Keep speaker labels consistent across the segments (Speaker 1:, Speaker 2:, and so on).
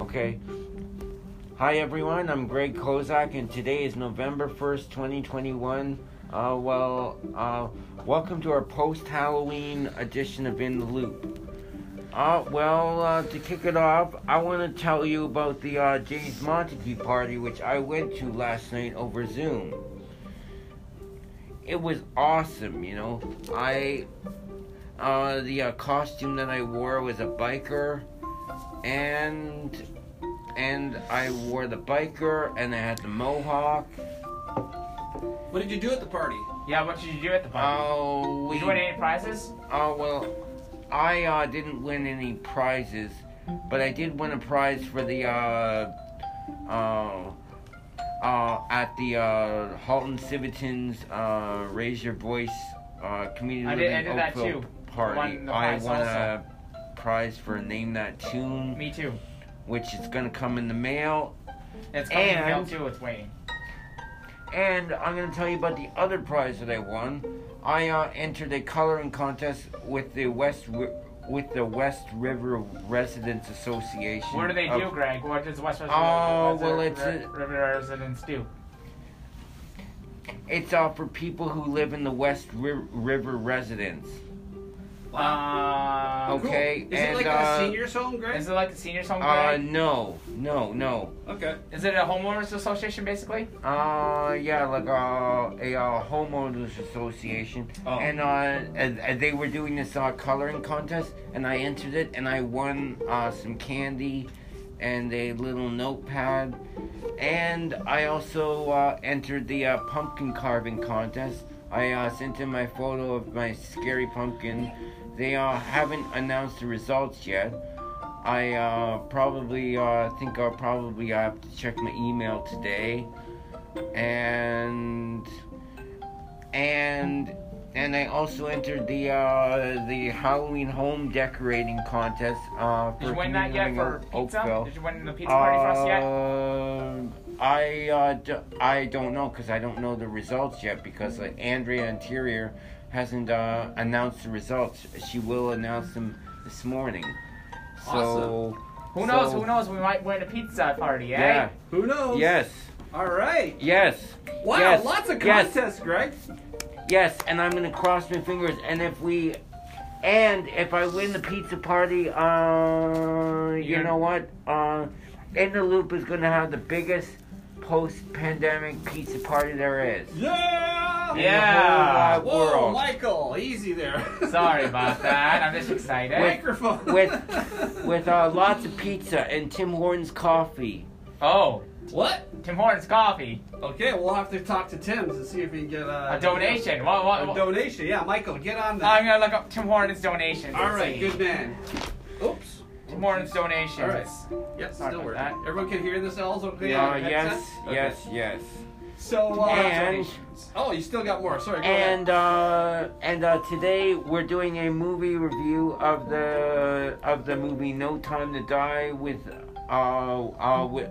Speaker 1: Okay. Hi everyone, I'm Greg Kozak, and today is November 1st, 2021. Uh, well, uh, welcome to our post Halloween edition of In the Loop. Uh, well, uh, to kick it off, I want to tell you about the uh, Jay's Montague party, which I went to last night over Zoom. It was awesome, you know. I. Uh, the uh, costume that I wore was a biker, and and I wore the biker, and I had the mohawk.
Speaker 2: What did you do at the party?
Speaker 3: Yeah, what did you do at the party?
Speaker 1: Oh, we.
Speaker 3: did you win any prizes?
Speaker 1: Oh well, I uh, didn't win any prizes, but I did win a prize for the uh, uh, uh, at the uh, Halton Civitan's uh, Raise Your Voice uh, Community
Speaker 3: I did-
Speaker 1: Living
Speaker 3: I did that
Speaker 1: Oakville
Speaker 3: too.
Speaker 1: party.
Speaker 3: Won the
Speaker 1: I
Speaker 3: prize
Speaker 1: won
Speaker 3: also.
Speaker 1: a prize for Name That Tune,
Speaker 3: Me too.
Speaker 1: which is gonna come in the mail.
Speaker 3: It's coming in the mail
Speaker 1: And-
Speaker 3: too. It's waiting.
Speaker 1: And I'm going to tell you about the other prize that I won. I uh, entered a coloring contest with the West Ri- with the West River Residents Association.
Speaker 3: What do they
Speaker 1: of-
Speaker 3: do, Greg? What does West Residence
Speaker 1: Oh,
Speaker 3: West
Speaker 1: well,
Speaker 3: Re-
Speaker 1: it's a-
Speaker 3: River Residents do?
Speaker 1: It's uh, for people who live in the West Ri- River residence.
Speaker 3: Uh,
Speaker 1: Okay.
Speaker 2: Is it
Speaker 1: and,
Speaker 2: like
Speaker 1: uh,
Speaker 2: a senior's home, Greg?
Speaker 3: Is it like a senior home?
Speaker 1: Uh,
Speaker 3: Greg?
Speaker 1: no, no, no.
Speaker 2: Okay.
Speaker 3: Is it a homeowners association basically?
Speaker 1: Uh, yeah, like uh, a uh, homeowners association,
Speaker 2: Oh.
Speaker 1: and uh, and, and they were doing this uh, coloring contest, and I entered it, and I won uh, some candy, and a little notepad, and I also uh, entered the uh, pumpkin carving contest. I uh, sent in my photo of my scary pumpkin. They uh, haven't announced the results yet. I uh, probably uh, think I'll probably have to check my email today, and and and I also entered the uh, the Halloween home decorating contest. Uh, for
Speaker 3: Did you win that yet
Speaker 1: Community
Speaker 3: for
Speaker 1: Oak- Uh,
Speaker 3: pizza?
Speaker 1: Oakville.
Speaker 3: Did you win the pizza party for us yet?
Speaker 1: Um, I uh, d- I don't know because I don't know the results yet because like Andrea Interior hasn't uh, announced the results. She will announce them this morning. So
Speaker 2: Awesome.
Speaker 3: Who knows?
Speaker 1: so-
Speaker 3: Who knows? We might win a pizza party, eh?
Speaker 1: Yeah.
Speaker 2: Who knows?
Speaker 1: Yes.
Speaker 2: All right.
Speaker 1: Yes.
Speaker 2: Wow,
Speaker 1: Yes.
Speaker 2: lots of
Speaker 1: Yes.
Speaker 2: contests, Greg.
Speaker 1: Yes. And I'm gonna cross my fingers. And if we, and if I win the pizza party, uh, you
Speaker 3: Yeah.
Speaker 1: know what? Uh, in the loop is gonna have the biggest post-pandemic pizza party there is.
Speaker 2: Yeah.
Speaker 1: in the
Speaker 3: Yeah.
Speaker 1: whole wide
Speaker 2: Whoa,
Speaker 1: world.
Speaker 2: Michael, easy there.
Speaker 3: Sorry about that. I'm just excited.
Speaker 2: Microphone.
Speaker 1: with- with uh, lots of pizza and Tim Hortons coffee.
Speaker 3: Oh,
Speaker 2: what?
Speaker 3: Tim Hortons coffee.
Speaker 2: Okay, we'll have to talk to Tim's and see if he can get a,
Speaker 3: A donation. What? What?
Speaker 2: Uh, A
Speaker 3: what-
Speaker 2: donation. Yeah, Michael, get on
Speaker 3: I'm
Speaker 2: that.
Speaker 3: gonna look up Tim Hortons donations.
Speaker 2: All
Speaker 3: and
Speaker 2: right,
Speaker 3: see.
Speaker 2: good man. Oops.
Speaker 3: Tim Hortons donations.
Speaker 2: All right. Yep,
Speaker 3: Sorry
Speaker 2: still
Speaker 3: about
Speaker 2: working.
Speaker 3: that.
Speaker 2: Everyone can hear this, L's okay?
Speaker 1: Uh,
Speaker 2: Headset?
Speaker 1: yes,
Speaker 2: Okay.
Speaker 1: yes, yes.
Speaker 2: So, uh,
Speaker 1: And-
Speaker 2: oh, you still got more. Sorry, go ahead.
Speaker 1: And uh, and uh, today we're doing a movie review of the of the movie No Time to Die with uh uh with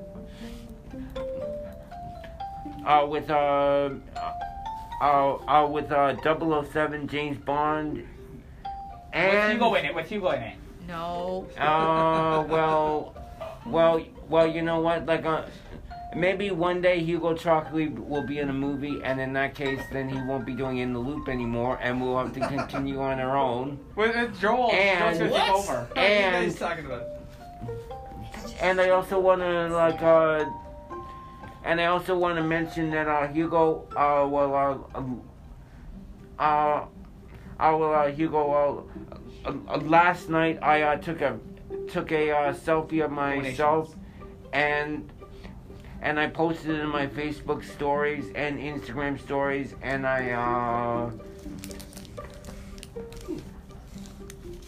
Speaker 1: uh with uh uh, uh with uh 007 James Bond
Speaker 3: With
Speaker 1: and
Speaker 3: Hugo in it. With Hugo in it.
Speaker 4: No.
Speaker 1: Uh, well, well, well. You know what? Like, uh, maybe one day Hugo Chocolate will be in a movie, and in that case, then he won't be doing in the loop anymore, and we'll have to continue on our own.
Speaker 3: With, with Joel.
Speaker 1: And-
Speaker 3: Joel's gonna take
Speaker 2: What?
Speaker 3: over.
Speaker 2: What are you
Speaker 1: And-
Speaker 2: guys talking about?
Speaker 1: And I also want to like, uh, and I also want to mention that uh, Hugo, uh, well, uh, um, uh, I will, uh, Hugo, uh, uh, uh, last night I uh, took a took a uh, selfie of myself.
Speaker 3: Donations.
Speaker 1: and and I posted it in my Facebook stories and Instagram stories, and I uh,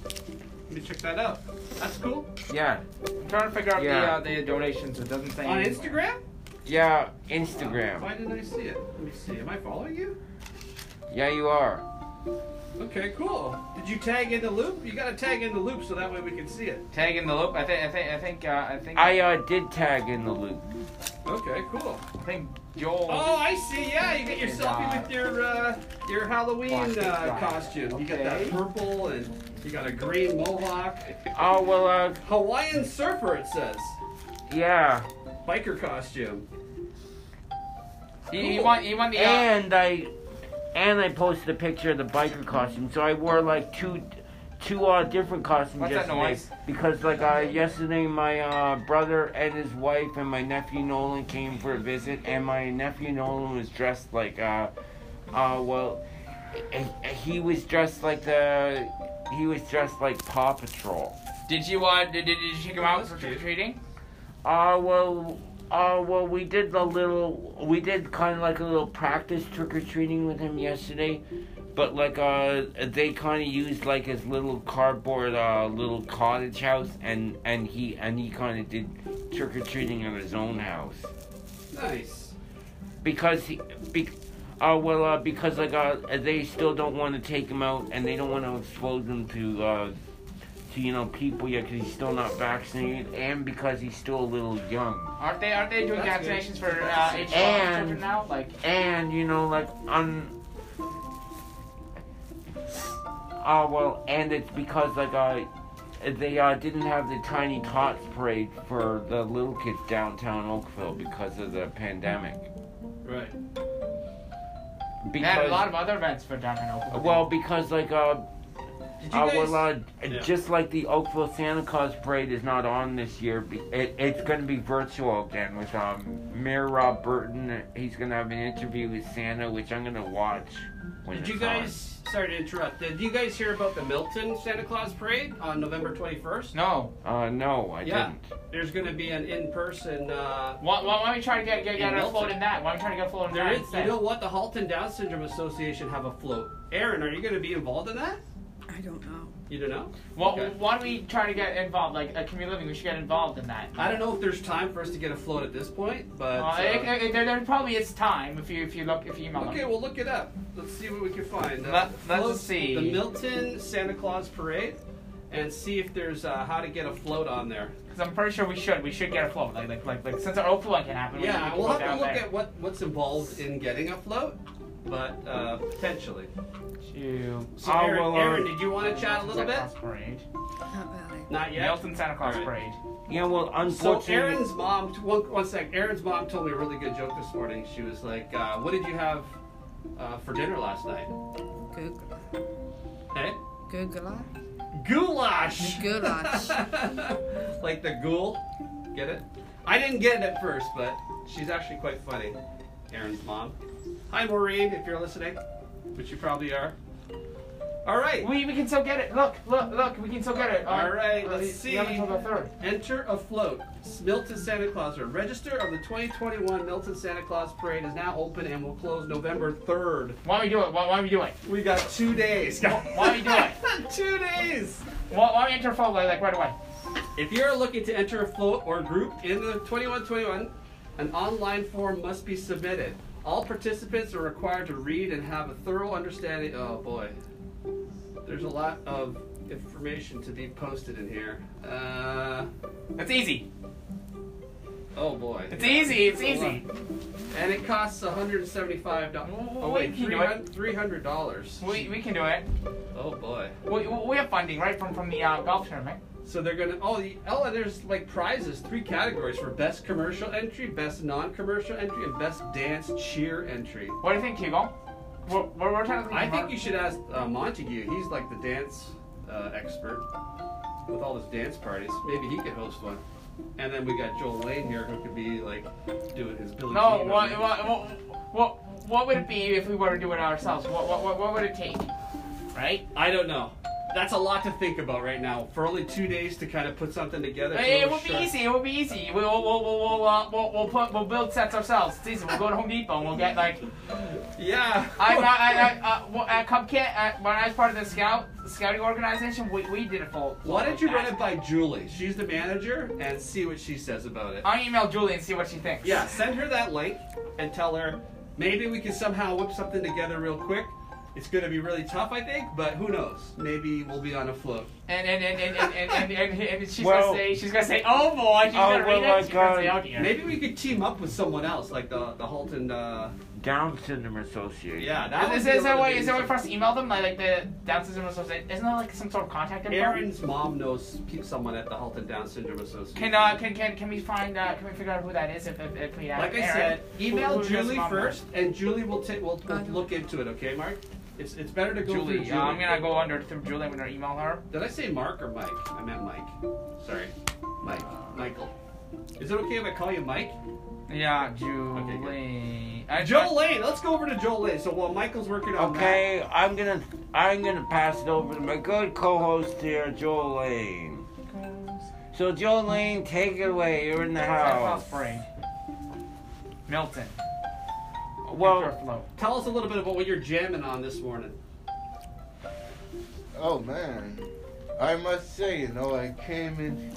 Speaker 2: Let me check that out. That's cool.
Speaker 1: yeah,
Speaker 3: I'm trying to figure out
Speaker 1: Yeah.
Speaker 3: the, uh, the donations. It doesn't say.
Speaker 2: On
Speaker 3: anywhere.
Speaker 2: Instagram?
Speaker 1: yeah,
Speaker 2: Why
Speaker 1: Instagram.
Speaker 2: didn't I see it? Let me see. Am I following you?
Speaker 1: Yeah, you are.
Speaker 2: Okay, cool. Did you tag in the loop? You gotta tag in the loop so that way we can see it.
Speaker 3: Tag in the loop. I think. I think. I think. Uh, I think.
Speaker 1: I uh, did tag in the loop.
Speaker 2: Okay, cool.
Speaker 3: I think Joel.
Speaker 2: Oh, I see. Yeah, you got your selfie with your uh, your Halloween uh, costume. You got that purple and you got a green mohawk.
Speaker 1: Oh well, uh,
Speaker 2: Hawaiian surfer, it says.
Speaker 1: yeah.
Speaker 2: biker costume.
Speaker 3: He, he
Speaker 2: Cool.
Speaker 3: won. He won the. Uh,
Speaker 1: And I and I posted a picture of the biker costume. So I wore like two two uh different costumes
Speaker 3: What's that
Speaker 1: yesterday
Speaker 3: noise?
Speaker 1: because like uh yesterday my uh brother and his wife and my nephew Nolan came for a visit and my nephew Nolan was dressed like uh uh well he- he was dressed like the he was dressed like Paw Patrol.
Speaker 3: did you uh? Did, did you take him out for trick or treating?
Speaker 1: Uh, well, uh, well, we did a little, we did kind of like a little practice trick or treating with him yesterday, but like, uh, they kind of used like his little cardboard, uh, little cottage house, and and he and he kind of did trick or treating at his own house
Speaker 2: Nice.
Speaker 1: because he, be, uh, well, uh, because like, uh, they still don't want to take him out, and they don't want to expose him to, uh. To, you know, people yet because he's still not vaccinated, and because he's still a little young.
Speaker 3: Aren't they? Aren't they doing
Speaker 2: That's good.
Speaker 3: vaccinations for uh, age
Speaker 1: And-
Speaker 3: children now? Like.
Speaker 1: and you know like on uh well and it's because like uh they uh didn't have the tiny tots parade for the little kids downtown oakville because of the pandemic
Speaker 2: Right.
Speaker 3: They had a lot of other events for downtown Oakland.
Speaker 1: well because like uh
Speaker 2: Did you
Speaker 1: uh,
Speaker 2: guys?
Speaker 1: well, uh,
Speaker 2: Yeah.
Speaker 1: just like the Oakville Santa Claus Parade is not on this year, be- it, it's going to be virtual again with um, Mayor Rob Burton. He's going to have an interview with Santa, which I'm going to watch. When
Speaker 2: did you
Speaker 1: it's on.
Speaker 2: guys? Sorry to interrupt. Did you guys hear about the Milton Santa Claus parade on November 21st?
Speaker 3: No.
Speaker 1: Uh, no, I
Speaker 2: Yeah.
Speaker 1: didn't.
Speaker 2: There's going to be an in-person. Uh,
Speaker 3: Why, why, why don't we try to get get, get
Speaker 2: In
Speaker 3: a
Speaker 2: Milton.
Speaker 3: float in that? Why don't we try to get a float in
Speaker 2: there
Speaker 3: that?
Speaker 2: is. You
Speaker 3: instead?
Speaker 2: know what? The Halton Down Syndrome Association have a float. Aaron, are you going to be involved in that?
Speaker 4: I don't know.
Speaker 2: You don't know.
Speaker 3: Well,
Speaker 2: Okay.
Speaker 3: why don't we try to get involved? Like a community living, we should get involved in that.
Speaker 2: I don't know if there's time for us to get a float at this point, but
Speaker 3: Uh,
Speaker 2: uh,
Speaker 3: it- it- there, there probably is time if you if you look if you email.
Speaker 2: okay,
Speaker 3: them.
Speaker 2: we'll look it up. Let's see what we can find. Uh,
Speaker 3: Let- let's see.
Speaker 2: the Milton Santa Claus parade, and see if there's uh, how to get a float on there.
Speaker 3: 'Cause I'm pretty sure we should we should get a float. Like like like, like since our old float can happen. we
Speaker 2: Yeah,
Speaker 3: can
Speaker 2: we'll
Speaker 3: go
Speaker 2: have to
Speaker 3: down
Speaker 2: look
Speaker 3: there.
Speaker 2: at what what's involved in getting a float, but uh, potentially.
Speaker 3: Shoot.
Speaker 2: So
Speaker 1: Oh,
Speaker 2: Aaron,
Speaker 1: well, uh,
Speaker 2: Aaron, did you want to chat a little
Speaker 3: Santa
Speaker 2: bit?
Speaker 3: Claus Parade.
Speaker 4: Not really.
Speaker 2: Not yet.
Speaker 3: Nelson Santa Claus
Speaker 2: All right.
Speaker 3: Parade.
Speaker 1: Yeah, well,
Speaker 2: So
Speaker 1: unfortunately.
Speaker 2: Aaron's mom, one, one sec. Aaron's mom told me a really good joke this morning. She was like, uh, "What did you have uh, for dinner last night?"
Speaker 4: Google.
Speaker 2: Hey.
Speaker 4: Google.
Speaker 2: Goulash.
Speaker 4: Goulash.
Speaker 2: like the ghoul. Get it? I didn't get it at first, but she's actually quite funny. Aaron's mom. Hi, Maureen, if you're listening, which you probably are. All right.
Speaker 3: We we can still get it. Look look look. We can still get it. Uh,
Speaker 2: All right,
Speaker 3: uh,
Speaker 2: let's
Speaker 3: we-
Speaker 2: see.
Speaker 3: We have until the third.
Speaker 2: Enter afloat. Milton Santa Claus. Or register of the 2021 Milton Santa Claus Parade is now open and will close November 3rd.
Speaker 3: Why don't we do it? Why, why don't we do it?
Speaker 2: We got two days.
Speaker 3: Why don't we do it?
Speaker 2: two days.
Speaker 3: Why, why don't we enter float like, like right away?
Speaker 2: If you're looking to enter a float or group in the 2121, an online form must be submitted. All participants are required to read and have a thorough understanding. Oh boy, there's a lot of information to be posted in here. Uh,
Speaker 3: It's easy.
Speaker 2: oh boy,
Speaker 3: It's easy. It's easy.
Speaker 2: and it costs 175 dollars. Oh wait,
Speaker 3: Wait, can you do it?
Speaker 2: 300 dollars.
Speaker 3: We we can do it.
Speaker 2: Oh boy.
Speaker 3: We, we have funding right from from the uh, golf tournament.
Speaker 2: So they're gonna. Oh, the, oh, and there's like prizes, three categories for best commercial entry, best non-commercial entry, and best dance cheer entry.
Speaker 3: What do you think, Hugo? We're, we're, we're trying to think
Speaker 2: I
Speaker 3: of
Speaker 2: think
Speaker 3: our-
Speaker 2: you should ask uh, Montague. He's like the dance uh, expert with all his dance parties. Maybe he could host one. And then we got Joel Lane here who could be like doing his Billy
Speaker 3: No,
Speaker 2: Jean
Speaker 3: what,
Speaker 2: on-
Speaker 3: what, what, what, what would it be if we were to do it ourselves? What, what, what, what would it take? Right?
Speaker 2: I don't know. That's a lot to think about right now. For only two days to kind of put something together. it's a
Speaker 3: Hey, it
Speaker 2: little
Speaker 3: would be
Speaker 2: short.
Speaker 3: easy. It would be easy. We'll we'll we'll we'll, uh, we'll, we'll, put, we'll build sets ourselves. It's easy. We'll go to Home Depot and we'll get like
Speaker 2: Yeah.
Speaker 3: I I I, I uh, well, at Cupkit uh, when I was part of the scout scouting organization. We, we did a full.
Speaker 2: Why don't you run it by Julie? She's the manager, and see what she says about it.
Speaker 3: I'll email Julie and see what she thinks.
Speaker 2: Yeah, send her that link and tell her maybe we can somehow whip something together real quick. It's going to be really tough, I think, but who knows? Maybe we'll be on a float.
Speaker 3: And and and and and, and, and, and, and she's
Speaker 1: Well-
Speaker 3: gonna say she's gonna say oh boy she's
Speaker 1: Oh,
Speaker 3: gonna read
Speaker 1: well,
Speaker 3: it. She's gonna
Speaker 1: like,
Speaker 3: say
Speaker 1: uh,
Speaker 3: oh dear.
Speaker 2: Maybe we could team up with someone else, like the the Halton uh,
Speaker 1: Down Syndrome Association.
Speaker 2: Yeah, that
Speaker 3: Is,
Speaker 2: would be
Speaker 3: is there a
Speaker 2: really
Speaker 3: way? Is there a way
Speaker 2: easy.
Speaker 3: for us to email them? Like, like the Down syndrome association? Isn't there like some sort of contact info?
Speaker 2: Aaron's mom knows pe- someone at the Halton Down Syndrome Association.
Speaker 3: Can uh, can can can we find uh, can we figure out who that is if if, if we ask
Speaker 2: like I
Speaker 3: Aaron?
Speaker 2: said,
Speaker 3: Who-
Speaker 2: email
Speaker 3: who his
Speaker 2: Julie
Speaker 3: mom was.
Speaker 2: first, and Julie will take. We'll, we'll
Speaker 4: Okay.
Speaker 2: look into it. Okay, Mark. It's it's better to go
Speaker 3: Julie,
Speaker 2: through Julie.
Speaker 3: uh, I'm gonna go under through Julie. I'm gonna email her.
Speaker 2: Did I say Mark or Mike? I meant Mike. Sorry, Mike. Michael. Is it okay if I call you Mike?
Speaker 3: Yeah,
Speaker 2: Okay, good.
Speaker 3: Julie. Uh,
Speaker 2: Joel Lane. Let's go over to Joel Lane. So while Michael's working on that,
Speaker 1: Okay, I'm gonna I'm gonna pass it over to my good co-host here, Joel Lane. So Joel Lane, take it away. You're in the house.
Speaker 3: Spring. Milton.
Speaker 1: Well,
Speaker 3: Float.
Speaker 2: tell us a little bit about what you're jamming on this morning.
Speaker 5: Oh man, I must say, you know, I came in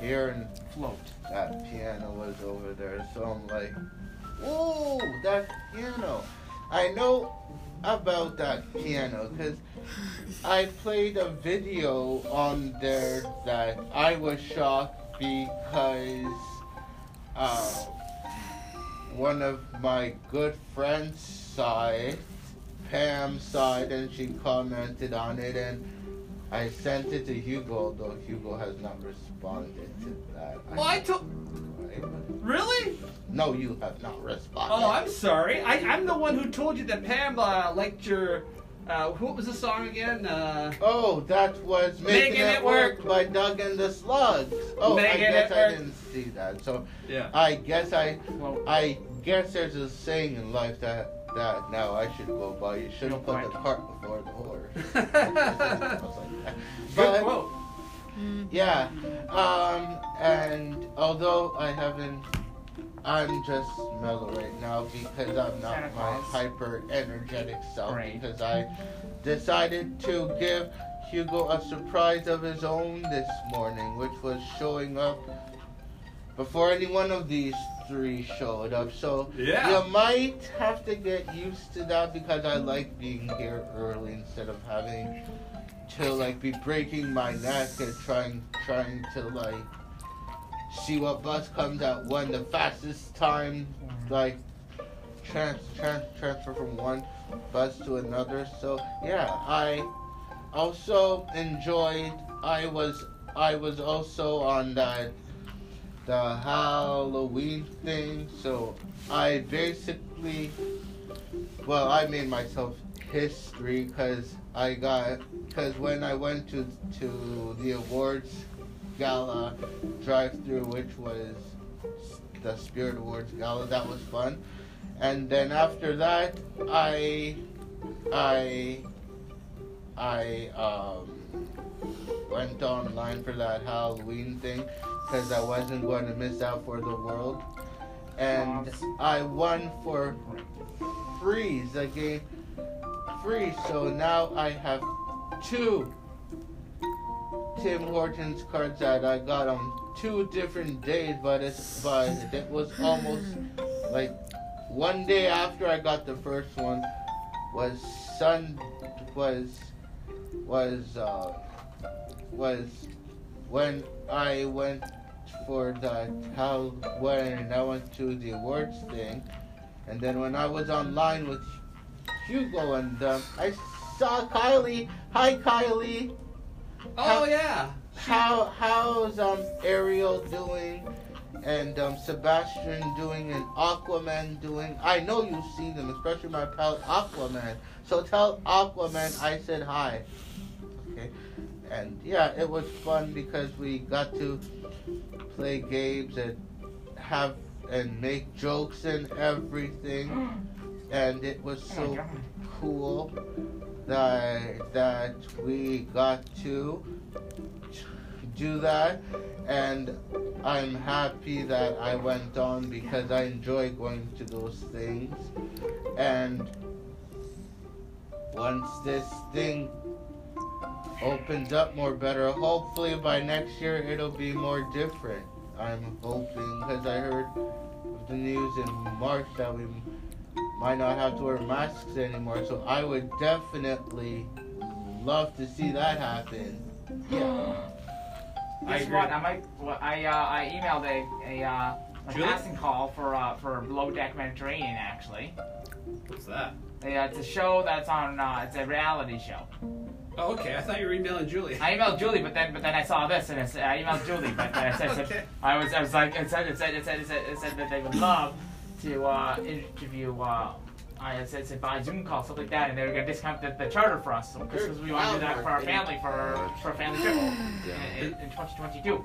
Speaker 5: here and
Speaker 3: Float. Oh
Speaker 5: that piano was over there, so I'm like, whoa, that piano! I know about that piano because I played a video on there that I was shocked because uh, one of my good friends saw it, Pam saw it, and she commented on it, and I sent it to Hugo, though Hugo has not responded to that. I-
Speaker 2: Well, I told. Really?
Speaker 5: No, you have not responded.
Speaker 2: Oh, I'm sorry. I, I'm the one who told you that Pam uh, liked your. Uh, what was the song again? Uh,
Speaker 5: Oh, that was making, it, work. by Doug and the Slugs. Oh, I
Speaker 2: Making
Speaker 5: guess
Speaker 2: It
Speaker 5: I
Speaker 2: Work.
Speaker 5: didn't see that. So
Speaker 2: yeah.
Speaker 5: I guess I,
Speaker 3: Float.
Speaker 5: I guess there's a saying in life that that now I should go by. You
Speaker 3: Real
Speaker 5: shouldn't put the
Speaker 3: quick.
Speaker 5: cart before the horse.
Speaker 2: Good
Speaker 5: but
Speaker 2: quote.
Speaker 5: yeah, um, and although I haven't, I'm just mellow right now because I'm
Speaker 3: Santa
Speaker 5: not my
Speaker 3: Claus.
Speaker 5: hyper energetic self
Speaker 3: Great.
Speaker 5: because I decided to give Hugo a surprise of his own this morning, which was showing up before any one of these three showed up. So
Speaker 2: Yeah.
Speaker 5: you might have to get used to that because I like being here early instead of having to like be breaking my neck and trying trying to like see what bus comes at one the fastest time like trans, trans transfer from one bus to another. So yeah, I also enjoyed I was I was also on that the Halloween thing, so I basically, well, I made myself history because I got, because when I went to to the awards gala drive-through, which was the Spirit Awards gala, that was fun, and then after that, I, I, I um went online for that Halloween thing because I wasn't going to miss out for the world. And
Speaker 3: Mobs.
Speaker 5: I won for freeze again. Freeze. So now I have two Tim Hortons cards that I got on two different days, but it's but it was almost like one day after I got the first one was Sun was was uh, was when I went for the how when I went to the awards thing, and then when I was online with Hugo and them, I saw Kylie. Hi, Kylie.
Speaker 2: Oh yeah.
Speaker 5: How how's um Ariel doing? And um, Sebastian doing and Aquaman doing. I know you've seen them, especially my pal Aquaman. So tell Aquaman I said hi. Okay. And yeah, it was fun because we got to play games and have and make jokes and everything. And it was
Speaker 3: Oh my
Speaker 5: so
Speaker 3: god.
Speaker 5: cool that that we got to do that and I'm happy that I went on because I enjoy going to those things and once this thing opens up more better hopefully by next year it'll be more different I'm hoping because I heard of the news in March that we might not have to wear masks anymore. So I would definitely love to see that happen. Yeah.
Speaker 3: Guess
Speaker 2: agree.
Speaker 3: what? I might. Well, I uh, I emailed a a uh, a
Speaker 2: Julie?
Speaker 3: casting call for uh, for Low Deck Mediterranean. Actually,
Speaker 2: What's that?
Speaker 3: They- uh, it's a show that's on. Uh, it's a reality show.
Speaker 2: Oh, okay. I thought you were emailing Julie.
Speaker 3: I emailed Julie, but then but then I saw this and I, said, I emailed Julie, but then I said, said-
Speaker 2: Okay.
Speaker 3: I was I was like it said it said it said it said, it said that they would love to uh, interview. Uh, I had said, said by Zoom call stuff like that, and they were gonna discount the, the charter for us because we want to do that for our family for our, for our family trip in, in, in 2022.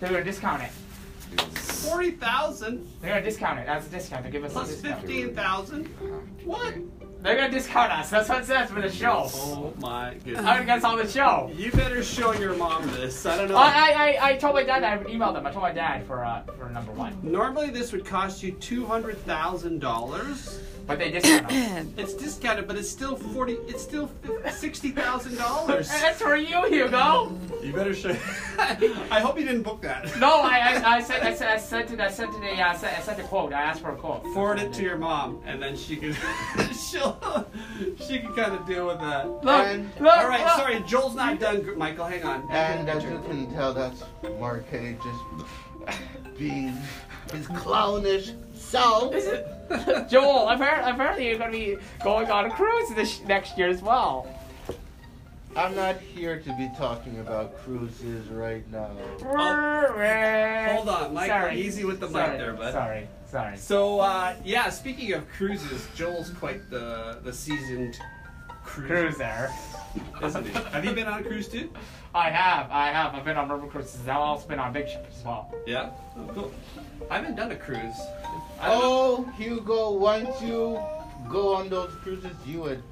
Speaker 3: They're gonna discount it.
Speaker 2: Forty thousand
Speaker 3: They're gonna discount it. That's a discount. They give us a
Speaker 2: plus
Speaker 3: discount.
Speaker 2: fifteen thousand. What?
Speaker 3: They're gonna discount us. That's what it says for the show.
Speaker 2: Oh my
Speaker 3: I'm
Speaker 2: goodness.
Speaker 3: gonna on the show.
Speaker 2: You better show your mom this. I don't know.
Speaker 3: I, I, I told my dad that I would email them. I told my dad for uh, for number one,
Speaker 2: Normally, this would cost you two hundred thousand dollars.
Speaker 3: but they discounted. us.
Speaker 2: It's discounted, but it's still forty. It's still sixty thousand dollars.
Speaker 3: And That's for you, Hugo.
Speaker 2: You better show. I hope you didn't book that.
Speaker 3: No, I I, I said I said I sent it I sent it a uh, sent, I sent a quote. I asked for a quote.
Speaker 2: Forward it to your mom, and then she can she'll she can kind of deal with that.
Speaker 3: Look,
Speaker 5: And-
Speaker 3: look,
Speaker 2: All right,
Speaker 3: look.
Speaker 2: sorry, Joel's not done. Gr- Michael, hang on.
Speaker 5: And uh, as you can tell, that's Marquet just being his clownish self.
Speaker 3: This is- Joel, apparently, apparently you're gonna be going on a cruise this next year as well.
Speaker 5: I'm not here to be talking about cruises right now.
Speaker 3: Hold
Speaker 2: Oh, Hold on, Michael,
Speaker 3: Sorry.
Speaker 2: easy with the mic
Speaker 3: sorry.
Speaker 2: there, bud.
Speaker 3: Sorry, sorry.
Speaker 2: So uh, yeah, speaking of cruises, Joel's quite the the seasoned cruiser,
Speaker 3: Cruiser.
Speaker 2: isn't he? Have you been on a cruise too?
Speaker 3: I have, I have. I've been on river cruises. I've also been on big ships as well.
Speaker 2: Yeah. Oh, cool. I haven't done a cruise. I don't-
Speaker 5: Oh, Hugo, once you go on those cruises, you would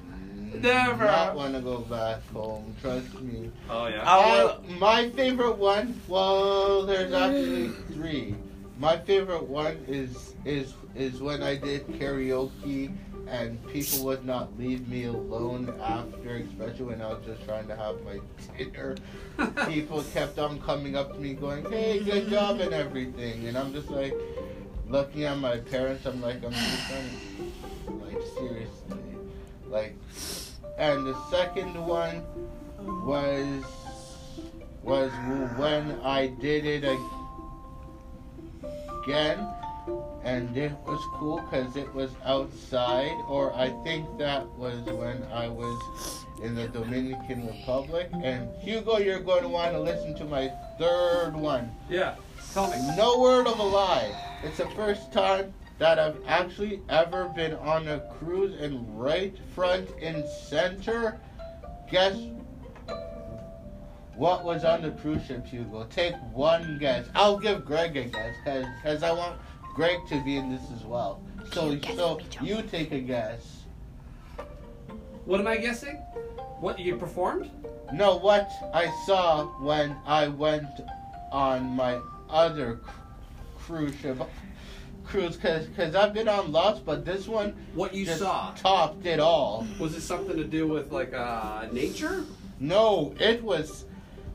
Speaker 3: Never.
Speaker 5: not want to go back home. Trust me.
Speaker 2: Oh yeah.
Speaker 5: Uh, my favorite one. Well, there's actually three. My favorite one is is is when I did karaoke and people would not leave me alone after, especially when I was just trying to have my dinner. People kept on coming up to me going, "Hey, good job" and everything, and I'm just like looking at my parents. I'm like, I'm just trying to, like seriously, like. And the second one was was when I did it again, and it was cool because it was outside. Or I think that was when I was in the Dominican Republic. And Hugo, you're going to want to listen to my third one.
Speaker 2: Yeah. Tell me.
Speaker 5: No word of a lie. It's the first time that I've actually ever been on a cruise and right front and center. Guess what was on the cruise ship, Hugo? Take one guess. I'll give Greg a guess because I want Greg to be in this as well. So, so you take a guess.
Speaker 2: What am I guessing? What you performed?
Speaker 5: No, what I saw when I went on my other cr- cruise ship, cruise, because cause I've been on lots, but this one
Speaker 2: What you
Speaker 5: just
Speaker 2: saw?
Speaker 5: topped it all.
Speaker 2: Was it something to do with like uh, nature?
Speaker 5: No, it was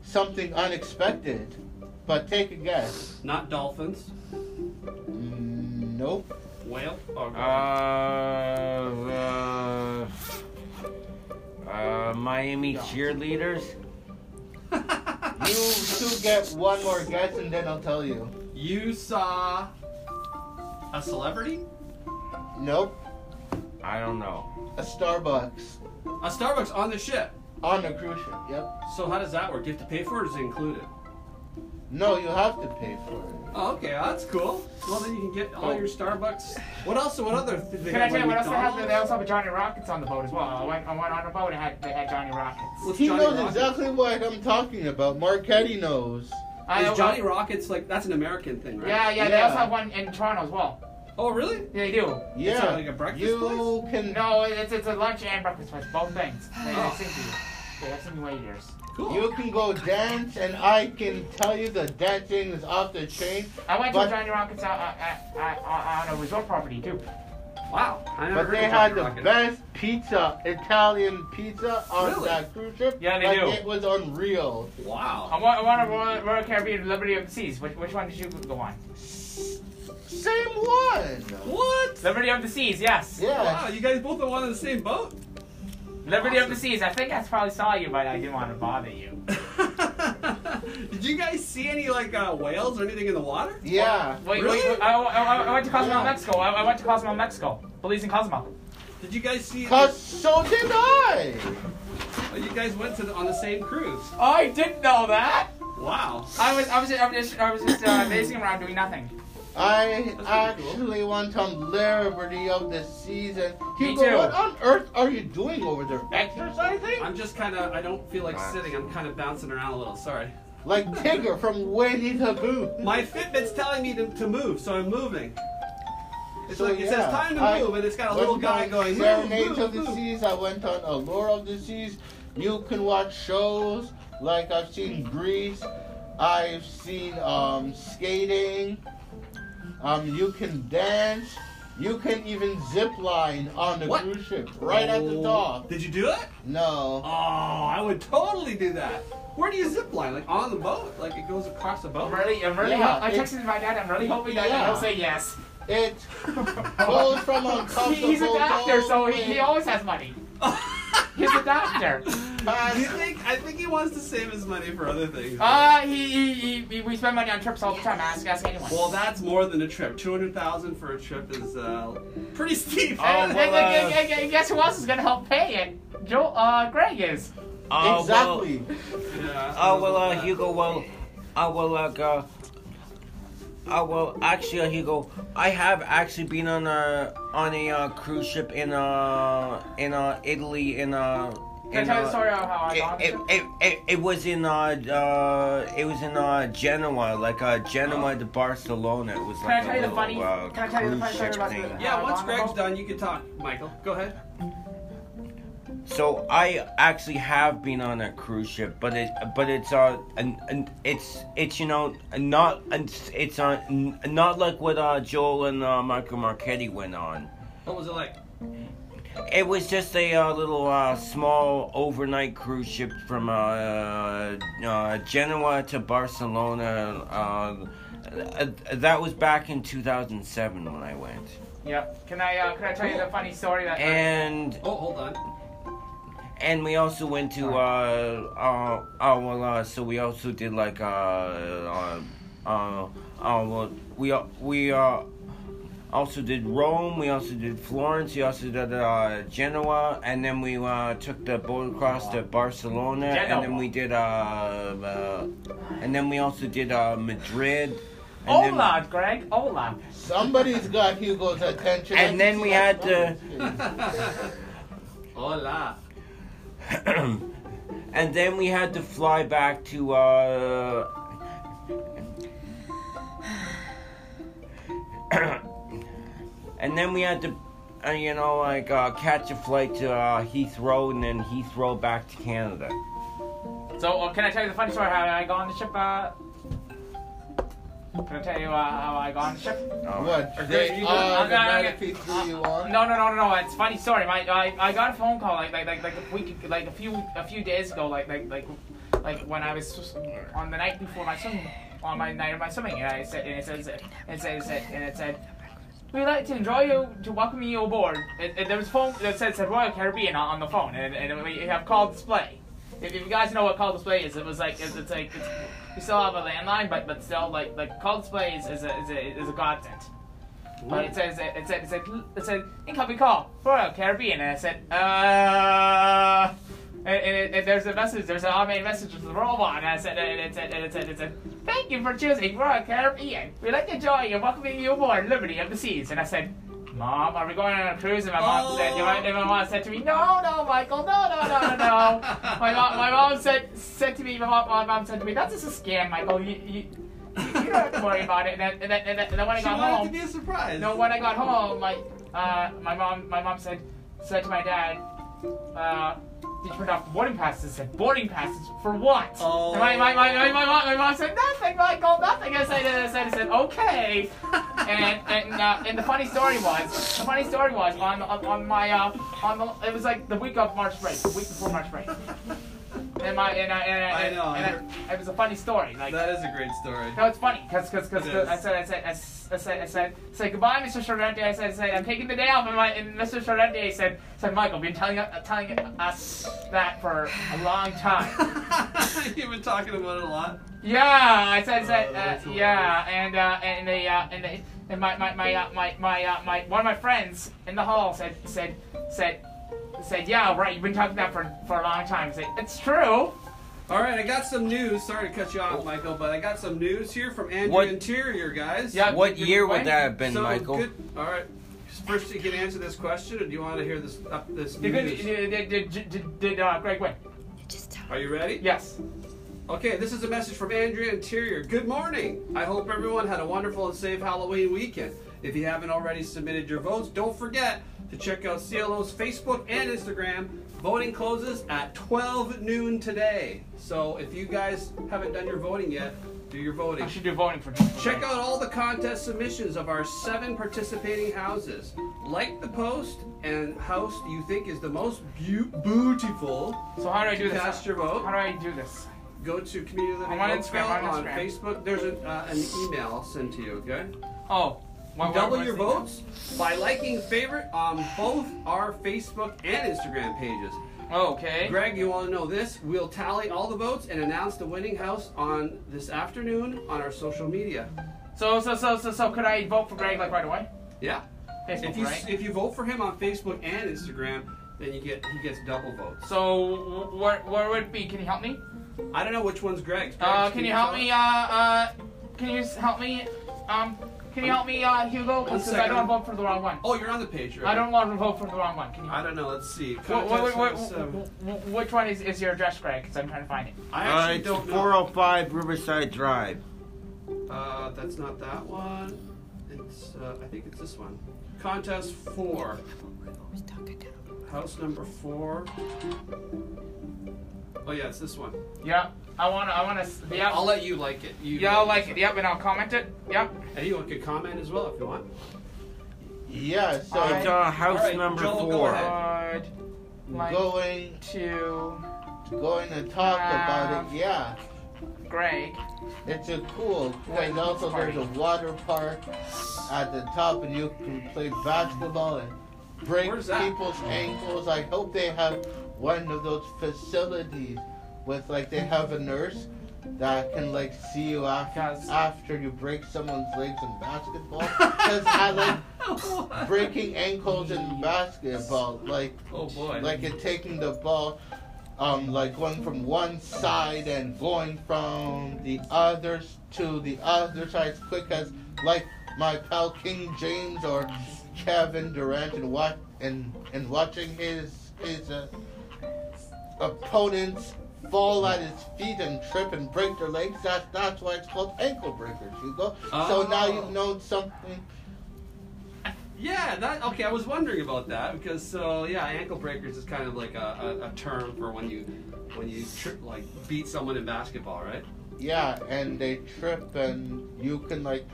Speaker 5: something unexpected. But take a guess.
Speaker 2: Not dolphins.
Speaker 5: Mm, Nope.
Speaker 2: Whale. Oh, Or
Speaker 1: Uh, uh, uh, Miami cheerleaders.
Speaker 5: You two get one more guess, and then I'll tell you.
Speaker 2: Uh, you saw a celebrity?
Speaker 5: Nope.
Speaker 1: I don't know.
Speaker 5: A Starbucks
Speaker 2: A Starbucks on the ship.
Speaker 5: on a cruise ship. Yep.
Speaker 2: So how does that work? Do you have to pay for it or is it included?
Speaker 5: No, you have to pay for it.
Speaker 2: Oh, okay, well, that's cool. Well, then you can get all your Starbucks. What else? What other? Did they
Speaker 3: Can I
Speaker 2: have,
Speaker 3: tell
Speaker 2: like,
Speaker 3: you what else they have? They
Speaker 2: McDonald's?
Speaker 3: also have Johnny Rockets on the boat as well. I went, I went on a boat and had, they had Johnny Rockets.
Speaker 2: What's
Speaker 5: He
Speaker 2: Johnny
Speaker 5: knows
Speaker 2: Rockets?
Speaker 5: exactly what I'm talking about. Marchetti knows.
Speaker 3: I,
Speaker 2: Is Johnny Rockets like that's an American thing, right?
Speaker 3: Yeah, yeah, they
Speaker 5: Yeah.
Speaker 3: also have one in Toronto as well.
Speaker 2: Oh, really?
Speaker 3: Yeah, they do.
Speaker 5: Yeah.
Speaker 2: that like a breakfast
Speaker 5: you
Speaker 2: place?
Speaker 5: can.
Speaker 3: No, it's, it's a lunch and breakfast place, both things. They
Speaker 2: Oh.
Speaker 3: have Cindy. They have Cindy waiters.
Speaker 2: Cool.
Speaker 5: You can go dance, and I can tell you the dancing is off the chain.
Speaker 3: I went
Speaker 5: But-
Speaker 3: to Johnny Rockets on, on, on, on a resort property too.
Speaker 2: wow. I never
Speaker 5: But
Speaker 2: heard
Speaker 5: they
Speaker 2: of
Speaker 5: had
Speaker 2: Johnny
Speaker 5: the
Speaker 2: Rockets.
Speaker 5: best pizza, Italian pizza, on
Speaker 2: Really?
Speaker 5: that cruise ship.
Speaker 3: Yeah, they
Speaker 5: like,
Speaker 3: do.
Speaker 5: It was unreal.
Speaker 3: I
Speaker 2: Wow.
Speaker 3: want, I want a Royal, Royal Caribbean Liberty of the Seas. Which, which one did you go on?
Speaker 5: Same one.
Speaker 2: What?
Speaker 3: Liberty of the Seas, yes.
Speaker 2: Wow,
Speaker 5: Yeah.
Speaker 2: you guys both are on the same boat.
Speaker 3: Liberty of the Seas. I think I probably saw you, but I didn't want to bother you.
Speaker 2: Did you guys see any like uh, whales or anything in the water?
Speaker 5: Yeah.
Speaker 3: Wait,
Speaker 2: Really?
Speaker 3: wait, wait, I, I, I- I went to Cozumel,
Speaker 5: Yeah.
Speaker 3: Mexico. I, I went to Cozumel, Mexico. Belize and Cozumel.
Speaker 2: Did you guys see?
Speaker 5: Cause so did I.
Speaker 2: Oh, you guys went to the, on the same cruise.
Speaker 3: I didn't know that.
Speaker 2: Wow.
Speaker 3: I was, I was, I was just, I was just uh, lazing around doing nothing.
Speaker 5: I
Speaker 2: That's pretty cool.
Speaker 5: actually went on Liberty of the season.
Speaker 3: Me
Speaker 5: Hugo,
Speaker 3: too.
Speaker 5: what on earth are you doing over there? Exercising?
Speaker 2: I'm just kind of. I don't feel like
Speaker 1: Nice.
Speaker 2: sitting. I'm kind of bouncing around a little. Sorry.
Speaker 5: Like Tigger from Winnie the Pooh.
Speaker 2: My Fitbit's telling me to, to move, so I'm moving. It's
Speaker 5: So,
Speaker 2: like it says
Speaker 5: yeah,
Speaker 2: time to
Speaker 5: I
Speaker 2: move, and it's got a
Speaker 5: went
Speaker 2: little guy
Speaker 5: on
Speaker 2: going. Move,
Speaker 5: Serenades of
Speaker 2: move,
Speaker 5: the
Speaker 2: move."
Speaker 5: Seas. I went on Allure of the Seas. You can watch shows like I've seen Grease. I've seen um, skating. Um, you can dance. You can even zip line on the
Speaker 2: What?
Speaker 5: cruise ship right at the
Speaker 2: Oh.
Speaker 5: dock.
Speaker 2: Did you do it? Oh,
Speaker 5: No.
Speaker 2: I would totally do that. Where do you zip line? Like on the boat? Like it goes across the boat?
Speaker 3: I'm really, I'm really.
Speaker 5: Yeah,
Speaker 3: ho- I
Speaker 5: it-
Speaker 3: texted my dad. I'm really hoping that
Speaker 5: Yeah.
Speaker 3: he'll say yes.
Speaker 5: It goes from uncomfortable.
Speaker 3: He- he's a doctor, so he, he
Speaker 5: to
Speaker 3: always has money. He's a doctor.
Speaker 5: past-
Speaker 2: Do you think? I think he wants to save his money for other things.
Speaker 3: Uh, he, he, he, we- we spend money on trips all the time. Ask, ask anyone.
Speaker 2: well, that's more than a trip. Two hundred thousand for a trip is uh, pretty steep.
Speaker 3: Hey,
Speaker 1: Oh,
Speaker 3: hey,
Speaker 1: well,
Speaker 3: hey,
Speaker 1: uh,
Speaker 3: hey, hey, hey, guess who else is gonna help pay it? Joe, uh, Greg is.
Speaker 1: Uh, well-
Speaker 5: exactly.
Speaker 2: Yeah,
Speaker 1: Oh well, uh, Hugo. Well, I will. Uh, go- uh, well, actually, uh, Hugo, I have actually been on a on a uh, cruise ship in uh in uh Italy in uh.
Speaker 3: Can I
Speaker 1: in,
Speaker 3: tell you
Speaker 1: uh,
Speaker 3: the story of how I got on the
Speaker 1: it,
Speaker 3: trip?
Speaker 1: it, it, it was in uh, uh it was in uh Genoa like uh Genoa to Barcelona it was
Speaker 3: Can I
Speaker 1: like
Speaker 3: tell
Speaker 1: a
Speaker 3: you the
Speaker 1: little
Speaker 3: funny-
Speaker 1: uh,
Speaker 3: can I tell you the
Speaker 1: cruise
Speaker 3: funny story
Speaker 1: ship
Speaker 3: about
Speaker 1: thing.
Speaker 3: the-
Speaker 2: Yeah, once Greg's done, you can talk, Michael. Go ahead.
Speaker 1: So I actually have been on a cruise ship, but it but it's uh and, and it's it's you know not it's, it's uh, n- not like what uh Joel and uh, Michael Marchetti went on.
Speaker 2: What was it like?
Speaker 1: It was just a uh, little uh, small overnight cruise ship from uh, uh, Genoa to Barcelona. Uh, uh, that was back in 2007 when I went.
Speaker 3: Yep. Can I, uh, can I tell you the funny story that?
Speaker 1: And
Speaker 2: Oh, hold on.
Speaker 1: and we also went to uh uh oh well uh so we also did like uh uh uh, uh well we uh, we uh also did Rome we also did Florence we also did uh Genoa and then we uh took the boat across to Barcelona and then we did uh, uh and then we also did uh Madrid and then-
Speaker 3: Hola, Greg. Hola.
Speaker 5: Somebody's got Hugo's attention.
Speaker 1: And then we had
Speaker 5: to.
Speaker 2: Hola.
Speaker 1: and then we had to fly back to uh and then we had to uh, you know like uh, catch a flight to uh, Heathrow and then Heathrow back to Canada.
Speaker 3: So, uh, can I tell you the funny story how I got on the ship? Uh, can I tell you uh, how I got on the ship?
Speaker 1: Oh.
Speaker 5: What?
Speaker 3: Greg,
Speaker 5: They
Speaker 3: you good? I'm not- I'm
Speaker 5: automatically
Speaker 3: good.
Speaker 5: threw you on?
Speaker 3: No, no, no, no, no. It's a funny story. My, I, I got a phone call like, like, like, like a week, like a few, a few days ago, like, like, like, like when I was s- on the night before my swim, on my night of my swimming, and I said, and it says, it said, it said, and it said, we'd like to enjoy you to welcome you aboard. And, and there was phone that said, said Royal Caribbean on, on the phone, and, and we have call display. If, if you guys know what call display is, it was like, it's, it's like, it's, we still have a landline, but but still, like, like call display is, is a, is a, is a godsend. But it said, it said, it said, it said, it said incoming call, Royal Caribbean. And I said, uh. And, and, it, and there's a message, there's an automated message with the robot. And I said, and it said, and it said, it said, thank you for choosing Royal Caribbean. We'd like to join you and welcoming you aboard Liberty of the Seas. And I said, Mom, are we going on a cruise? And my mom said, and my, and my mom said to me, No, no, Michael, no, no, no, no, no. my mom, my mom said said to me, my mom, my mom said to me, That's just a scam, Michael. You, you, you don't have to worry about it. And then, and then, and then, and then when I
Speaker 2: She
Speaker 3: got
Speaker 2: wanted
Speaker 3: home,
Speaker 2: to be a surprise.
Speaker 3: no, when I got home, my uh, my mom my mom said said to my dad, uh, "Did you print off boarding passes?" I said, "Boarding passes for what?"
Speaker 2: Oh.
Speaker 3: And my, my, my, my, my, mom, my mom said, "Nothing, Michael, nothing." I said, I said, I said, "Okay." and and uh, and the funny story was the funny story was on on, on my uh, on the it was like the week of March break, the week before March break. And my and I and I,
Speaker 2: I
Speaker 3: and,
Speaker 2: know, I
Speaker 3: and I, it was a funny story. Like
Speaker 2: That is a great story.
Speaker 3: no, it's funny because because because
Speaker 2: It is.
Speaker 3: I said I said I s- I said I said I said goodbye, Mr. Sorrenti. I said I said I'm taking the day off, and, my, and Mr. Sorrenti said said Michael, been telling uh, telling us that for a long time.
Speaker 2: You've been talking about it a lot.
Speaker 3: Yeah, I said, I said,
Speaker 2: Oh, that's
Speaker 3: uh, yeah, and uh, and they uh, and they and my my my uh, my my, uh, my one of my friends in the hall said said said said yeah right you've been talking about that for for a long time. I said it's true.
Speaker 2: All right, I got some news. Sorry to cut you off, Michael, but I got some news here from Andrew
Speaker 1: What-
Speaker 2: Interior, guys.
Speaker 3: Yeah,
Speaker 1: What
Speaker 3: you're
Speaker 1: year would
Speaker 3: right.
Speaker 1: that have been,
Speaker 2: so
Speaker 1: Michael?
Speaker 2: Good, all right. First, you can answer this question, or do you want to hear this? Up this
Speaker 3: Did
Speaker 2: news?
Speaker 3: did did, did, did, did uh, Greg win?
Speaker 4: Just tell
Speaker 2: Are you ready?
Speaker 3: Yes.
Speaker 2: Okay, this is a message from Andrea Interior. Good morning. I hope everyone had a wonderful and safe Halloween weekend. If you haven't already submitted your votes, don't forget to check out CLO's Facebook and Instagram. Voting closes at 12 noon today. So if you guys haven't done your voting yet, do your
Speaker 3: I
Speaker 2: voting.
Speaker 3: should do voting for.
Speaker 2: Check out all the contest submissions of our seven participating houses. Like the post and house you think is the most beau- beautiful.
Speaker 3: So how do I do this?
Speaker 2: Cast your vote
Speaker 3: How do I do this?
Speaker 2: go to Community
Speaker 3: I'm
Speaker 2: Living
Speaker 3: on
Speaker 2: Oakville
Speaker 3: Instagram, I'm on
Speaker 2: on
Speaker 3: Instagram.
Speaker 2: Facebook. There's an, uh, an email I'll send to you, okay?
Speaker 3: Oh, what,
Speaker 2: Double your votes by liking favorite on both our Facebook and Instagram pages.
Speaker 3: Oh, okay.
Speaker 2: Greg, you want to know this? We'll tally all the votes and announce the winning house on this afternoon on our social media.
Speaker 3: So so so so so could I vote for Greg like right away?
Speaker 2: Yeah.
Speaker 3: Facebook,
Speaker 2: If you
Speaker 3: right?
Speaker 2: if you vote for him on Facebook and Instagram, then you get he gets double votes.
Speaker 3: So wh- where where would it be? Can you help me?
Speaker 2: I don't know which one's Greg's.
Speaker 3: Uh,
Speaker 2: Greg's,
Speaker 3: can you help me? Uh, uh, can you s- help me? Um, can you help me, uh, Hugo?
Speaker 2: One
Speaker 3: Because I
Speaker 2: second.
Speaker 3: don't want to vote for the wrong one.
Speaker 2: Oh, you're on the page, right?
Speaker 3: I don't want to vote for the wrong one. Can you?
Speaker 2: I don't know. Let's see.
Speaker 3: Wh- wh-
Speaker 2: Contest
Speaker 3: wh- wh-
Speaker 2: number seven.
Speaker 3: wh- wh- which one is, is your address, Greg? Because I'm trying to find it.
Speaker 2: I
Speaker 1: Uh,
Speaker 2: actually
Speaker 1: it's
Speaker 2: don't know.
Speaker 1: 405 Riverside Drive.
Speaker 2: Uh, that's not that one. It's uh, I think it's this one. Contest four,
Speaker 4: who's talking now.
Speaker 2: house number four. Oh yeah, it's this one.
Speaker 3: Yep. I wanna. I wanna. s- Yep.
Speaker 2: I'll let you like it. You
Speaker 3: yeah, I'll like it. Yep, and I'll comment it. Yep.
Speaker 2: Anyone could comment as well if you want.
Speaker 5: Yeah, so
Speaker 1: It's uh, house
Speaker 2: Alright,
Speaker 1: number
Speaker 2: Joel, go
Speaker 1: four.
Speaker 2: ahead.
Speaker 3: I'd like
Speaker 5: going
Speaker 3: to
Speaker 5: going to talk about it. Yeah,
Speaker 3: Greg.
Speaker 5: it's a cool. And also, there's a water park at the top, and you can play basketball and break
Speaker 2: Where's that?
Speaker 5: people's ankles. I hope they have one of those facilities with like they have a nurse that can like see you after
Speaker 3: Guys.
Speaker 5: after you break someone's legs in basketball. Because I like breaking ankles in basketball, like.
Speaker 2: oh boy.
Speaker 5: like it taking the ball um like going from one side and going from the others to the other side as quick as like my pal King James or Kevin Durant and watch and and watching his his uh, opponents fall at his feet and trip and break their legs. That's that's why it's called ankle breakers, Hugo. So now
Speaker 2: Oh.
Speaker 5: you've known something
Speaker 2: yeah, that okay. I was wondering about that because so yeah, ankle breakers is kind of like a, a, a term for when you when you tri- like beat someone in basketball, right?
Speaker 5: Yeah, and they trip, and you can like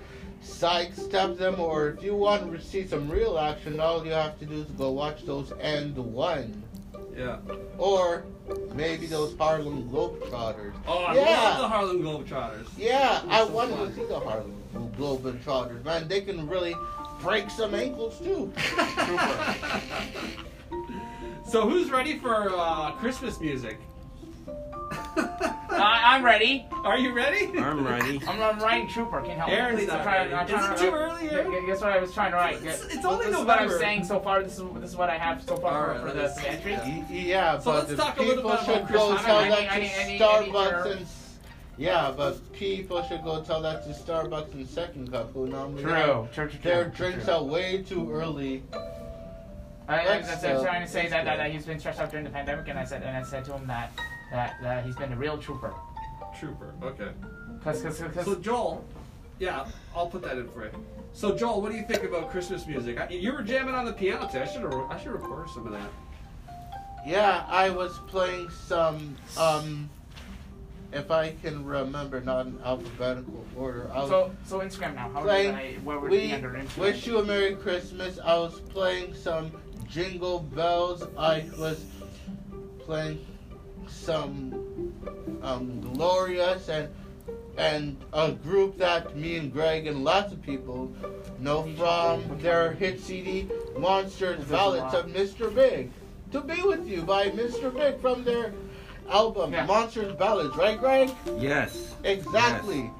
Speaker 5: sidestep them, or if you want to see some real action, all you have to do is go watch those end one,
Speaker 2: Yeah.
Speaker 5: or maybe those Harlem Globetrotters.
Speaker 2: Oh, I love the
Speaker 5: yeah,
Speaker 2: Harlem Globetrotters.
Speaker 5: yeah, I
Speaker 2: so
Speaker 5: want
Speaker 2: fun.
Speaker 5: to see the Harlem Globetrotters, man. They can really break some ankles too.
Speaker 2: so who's ready for uh, Christmas music? Uh,
Speaker 3: I, Uh, I'm ready.
Speaker 2: Are you ready?
Speaker 1: I'm ready.
Speaker 3: I'm, I'm writing Trooper. Can you help
Speaker 2: Aaron's
Speaker 3: me? Please,
Speaker 2: not
Speaker 3: I'm trying,
Speaker 2: ready.
Speaker 3: I'm trying
Speaker 2: Is
Speaker 3: to,
Speaker 2: it too early, Aaron?
Speaker 3: Gu- Guess what I was trying to write.
Speaker 2: It's-
Speaker 3: Gu-
Speaker 2: it's only
Speaker 3: this is what I was
Speaker 2: November.
Speaker 3: saying so far. This is this is what I have so far
Speaker 2: Alright,
Speaker 3: for
Speaker 2: let's-
Speaker 3: this entry.
Speaker 2: yeah.
Speaker 5: Y- Yeah,
Speaker 2: So
Speaker 5: but
Speaker 2: let's talk a
Speaker 5: the
Speaker 2: little
Speaker 5: people
Speaker 2: bit about
Speaker 5: should go
Speaker 2: Christmas.
Speaker 5: tell
Speaker 3: I
Speaker 5: that
Speaker 3: need- I
Speaker 5: to
Speaker 3: need- I need- I need
Speaker 5: Starbucks
Speaker 3: your-
Speaker 5: and. s- Yeah, but people should go tell that to Starbucks and Second Cup, who normally have
Speaker 3: True. True. True.
Speaker 5: their
Speaker 3: true,
Speaker 5: drinks
Speaker 3: true.
Speaker 5: are way too early.
Speaker 3: I, I,
Speaker 5: That's,
Speaker 3: that's, I was
Speaker 5: uh,
Speaker 3: trying to say
Speaker 5: that's
Speaker 3: that, that,
Speaker 5: good.
Speaker 3: that he's been stressed out during the pandemic, and I said and I said to him that that, that he's been a real trooper.
Speaker 2: Trooper. Okay.
Speaker 3: Cause, cause, cause, 'cause-
Speaker 2: So Joel, yeah, I'll put that in for you. So Joel, what do you think about Christmas music? I, you were jamming on the piano today. I should have. I should record some of that.
Speaker 5: Yeah, I was playing some um if I can remember not in alphabetical order. I was
Speaker 3: so so Instagram now. How
Speaker 5: Like,
Speaker 3: would I, where would it be
Speaker 5: we
Speaker 3: under Instagram?
Speaker 5: wish you a Merry Christmas. I was playing some jingle bells. I was playing some um glorious and and a group that me and Greg and lots of people know from their hit CD Monsters
Speaker 3: There's a
Speaker 5: Ballads
Speaker 3: lot.
Speaker 5: of Mr. Big. To be with you by Mr. Big from their album,
Speaker 3: Yeah.
Speaker 5: Monsters Ballads, right, Greg?
Speaker 1: Yes.
Speaker 5: Exactly.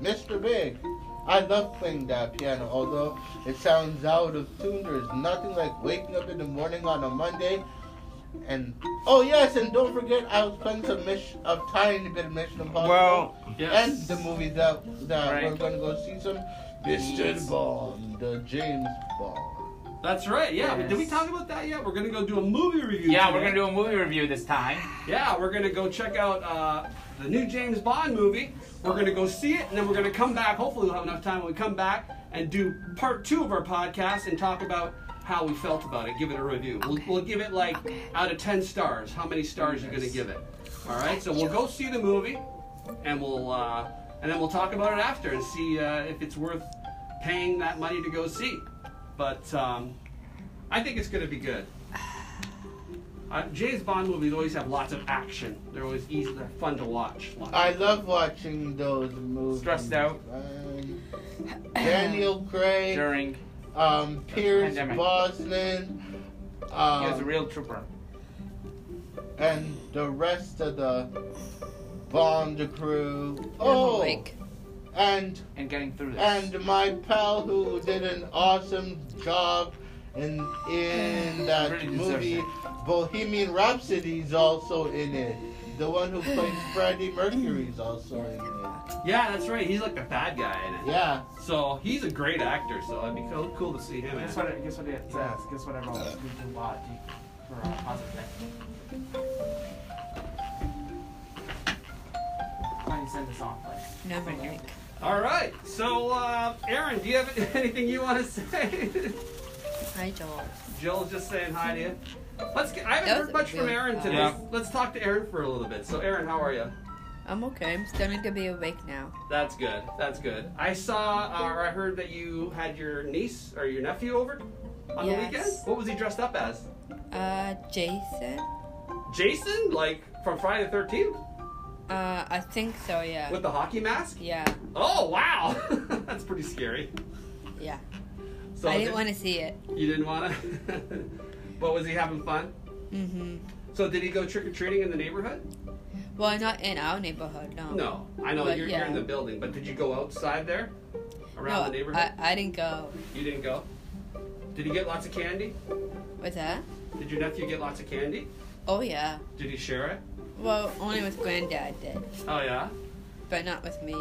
Speaker 5: Mr. Big. I love playing that piano, although it sounds out of tune. There's nothing like waking up in the morning on a Monday. And oh yes, and don't forget I was playing some mission, a tiny bit of Mission Impossible,
Speaker 1: Well,
Speaker 5: and
Speaker 2: Yes.
Speaker 5: the movie that that
Speaker 3: Right.
Speaker 5: we're gonna go see some Mr. Bond, the James Bond.
Speaker 2: That's right. Yeah. Did we
Speaker 3: Yes.
Speaker 2: talk about that yet? We're gonna go do a movie review.
Speaker 3: Yeah,
Speaker 2: today.
Speaker 3: we're gonna do a movie review this time.
Speaker 2: Yeah, we're gonna go check out uh, the new James Bond movie. We're gonna go see it, and then we're gonna come back. Hopefully, we'll have enough time when we come back and do part two of our podcast and talk about how we felt about it. Give it a review. We'll,
Speaker 4: Okay.
Speaker 2: we'll give it like
Speaker 4: Okay.
Speaker 2: out of ten stars. How many stars you're gonna give it? All right. So we'll go see the movie, and we'll uh, and then we'll talk about it after and see uh, if it's worth paying that money to go see. But um, I think it's gonna be good. Uh, James Bond movies always have lots of action. They're always easy. They're fun to watch. Lots.
Speaker 5: I love watching those movies.
Speaker 3: Stressed out.
Speaker 5: man. Daniel Craig.
Speaker 3: During
Speaker 5: um, Pierce
Speaker 3: Pandemic.
Speaker 5: Brosnan,
Speaker 3: he was a
Speaker 5: um,
Speaker 3: real trooper.
Speaker 5: and the rest of the Bond crew. Oh,
Speaker 4: Like,
Speaker 5: and
Speaker 3: and getting through this.
Speaker 5: and my pal who did an awesome job in in that
Speaker 3: Really deserves
Speaker 5: movie,
Speaker 3: it.
Speaker 5: Bohemian Rhapsody's also in it. The one who played Freddie Mercury's also in it.
Speaker 2: Yeah, that's right. He's like the bad guy in it.
Speaker 5: Yeah,
Speaker 2: So he's a great actor. So it'd be cool, cool to see him. in
Speaker 3: guess
Speaker 2: it.
Speaker 3: what? it- Guess what it says? Guess what everyone was doing a lot for a positive thing. Why don't you send this off, please?
Speaker 4: never like.
Speaker 2: All right. So uh, Aaron, do you have anything you want to say?
Speaker 4: Hi, Joel.
Speaker 2: Joel's just saying hi to you. Let's. Get, I haven't
Speaker 4: That was
Speaker 2: heard much from
Speaker 4: really
Speaker 2: Aaron
Speaker 4: fun.
Speaker 2: today.
Speaker 3: Yeah.
Speaker 2: Let's talk to Aaron for a little bit. So Aaron, how are you?
Speaker 4: I'm okay. I'm starting to be awake now.
Speaker 2: That's good. That's good. I saw uh, or I heard that you had your niece or your nephew over on
Speaker 4: Yes.
Speaker 2: the weekend. What was he dressed up as?
Speaker 4: Uh, Jason?
Speaker 2: Jason, like from Friday the Thirteenth,
Speaker 4: Uh, I think so, yeah.
Speaker 2: with the hockey mask.
Speaker 4: Yeah,
Speaker 2: Oh wow, that's pretty scary.
Speaker 4: yeah.
Speaker 2: So
Speaker 4: I
Speaker 2: did-
Speaker 4: didn't want to see it.
Speaker 2: You didn't want to. but was he having fun?
Speaker 4: Mm-hmm.
Speaker 2: So did he go trick or treating in the neighborhood?
Speaker 4: Well, not in our neighborhood, no.
Speaker 2: No, I know
Speaker 4: Oh. But
Speaker 2: you're, you're in
Speaker 4: yeah.
Speaker 2: the building, but did you go outside there, around
Speaker 4: no,
Speaker 2: the neighborhood?
Speaker 4: I, I didn't go.
Speaker 2: You didn't go. Did he get lots of candy?
Speaker 4: What's that?
Speaker 2: Did your nephew get lots of candy?
Speaker 4: Oh, yeah.
Speaker 2: Did he share it?
Speaker 4: Well, only with Granddad did,
Speaker 2: Oh yeah.
Speaker 4: but not with me.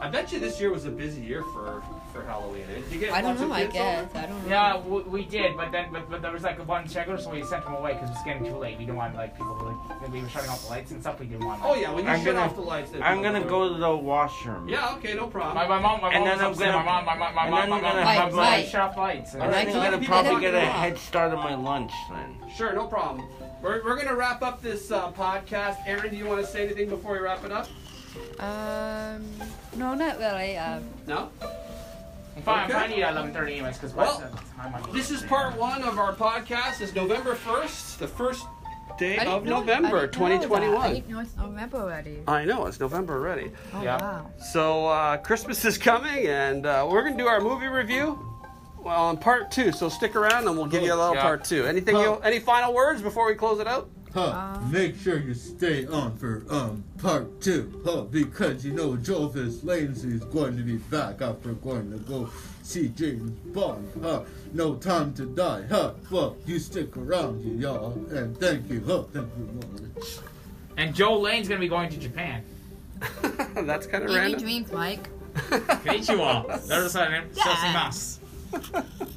Speaker 2: I bet you this year was a busy year for for Halloween. eh? Did you get
Speaker 4: I don't
Speaker 2: lots of
Speaker 4: know, I
Speaker 2: kids
Speaker 4: guess.
Speaker 2: over?
Speaker 4: I don't know.
Speaker 3: Yeah, we, we did, but then but, but there was like one checker, so we sent him away because it was getting too late. We didn't want like people who like we were shutting off the lights and stuff. We didn't want. Like,
Speaker 2: Oh yeah, when you
Speaker 1: I'm
Speaker 2: shut
Speaker 1: gonna-
Speaker 2: off the lights. then
Speaker 1: I'm
Speaker 2: people
Speaker 1: gonna
Speaker 2: were-
Speaker 1: go to the washroom.
Speaker 2: Yeah. Okay. No problem.
Speaker 3: My, my mom, my
Speaker 1: And
Speaker 3: mom
Speaker 1: then
Speaker 3: was
Speaker 1: I'm
Speaker 3: upset.
Speaker 1: gonna-
Speaker 3: My mom, my mom, my
Speaker 1: and then I'm
Speaker 3: mom, my mom,
Speaker 1: gonna-
Speaker 3: my
Speaker 4: Mike,
Speaker 3: mom,
Speaker 4: Mike.
Speaker 3: shut off lights. And
Speaker 1: And then
Speaker 4: Like
Speaker 1: I'm
Speaker 4: what?
Speaker 1: gonna
Speaker 4: People
Speaker 1: probably
Speaker 4: don't
Speaker 1: get a
Speaker 4: know.
Speaker 1: head start on my lunch then.
Speaker 2: Sure, no problem. We're, we're going to wrap up this uh, podcast. Aaron, do you want to say anything before we wrap it up?
Speaker 4: Um, no, not really. Um,
Speaker 2: No?
Speaker 3: I'm fine,
Speaker 2: Okay.
Speaker 3: I'm fine. Yeah, 11:30 anyways, because
Speaker 2: Well,
Speaker 3: time on
Speaker 2: This is part one of our podcast. It's November 1st, the first day
Speaker 4: I didn't
Speaker 2: of
Speaker 4: know- I
Speaker 2: November
Speaker 4: didn't know that.
Speaker 2: 2021.
Speaker 4: I didn't know it's November already.
Speaker 2: I know, it's November already.
Speaker 4: Oh,
Speaker 3: Yeah.
Speaker 4: wow.
Speaker 2: So uh, Christmas is coming, and uh, we're going to do our movie review. Well, on part two, so stick around and we'll give you a little
Speaker 3: Yeah.
Speaker 2: part two. Anything? You,
Speaker 5: Oh.
Speaker 2: any final words before we close it out?
Speaker 5: Huh. Make sure you stay on for um part two, huh? Because you know Jovis Lansley is going to be back after going to go see James Bond, huh? No time to die, huh? Well, you stick around, you y'all, and thank you, huh? Thank you, Lord.
Speaker 3: And Joe Lane's gonna be going to Japan.
Speaker 2: That's kind of
Speaker 4: Any
Speaker 2: random.
Speaker 4: dreams, Mike?
Speaker 3: Konnichiwa. That was
Speaker 4: Yeah.
Speaker 3: Sosimas.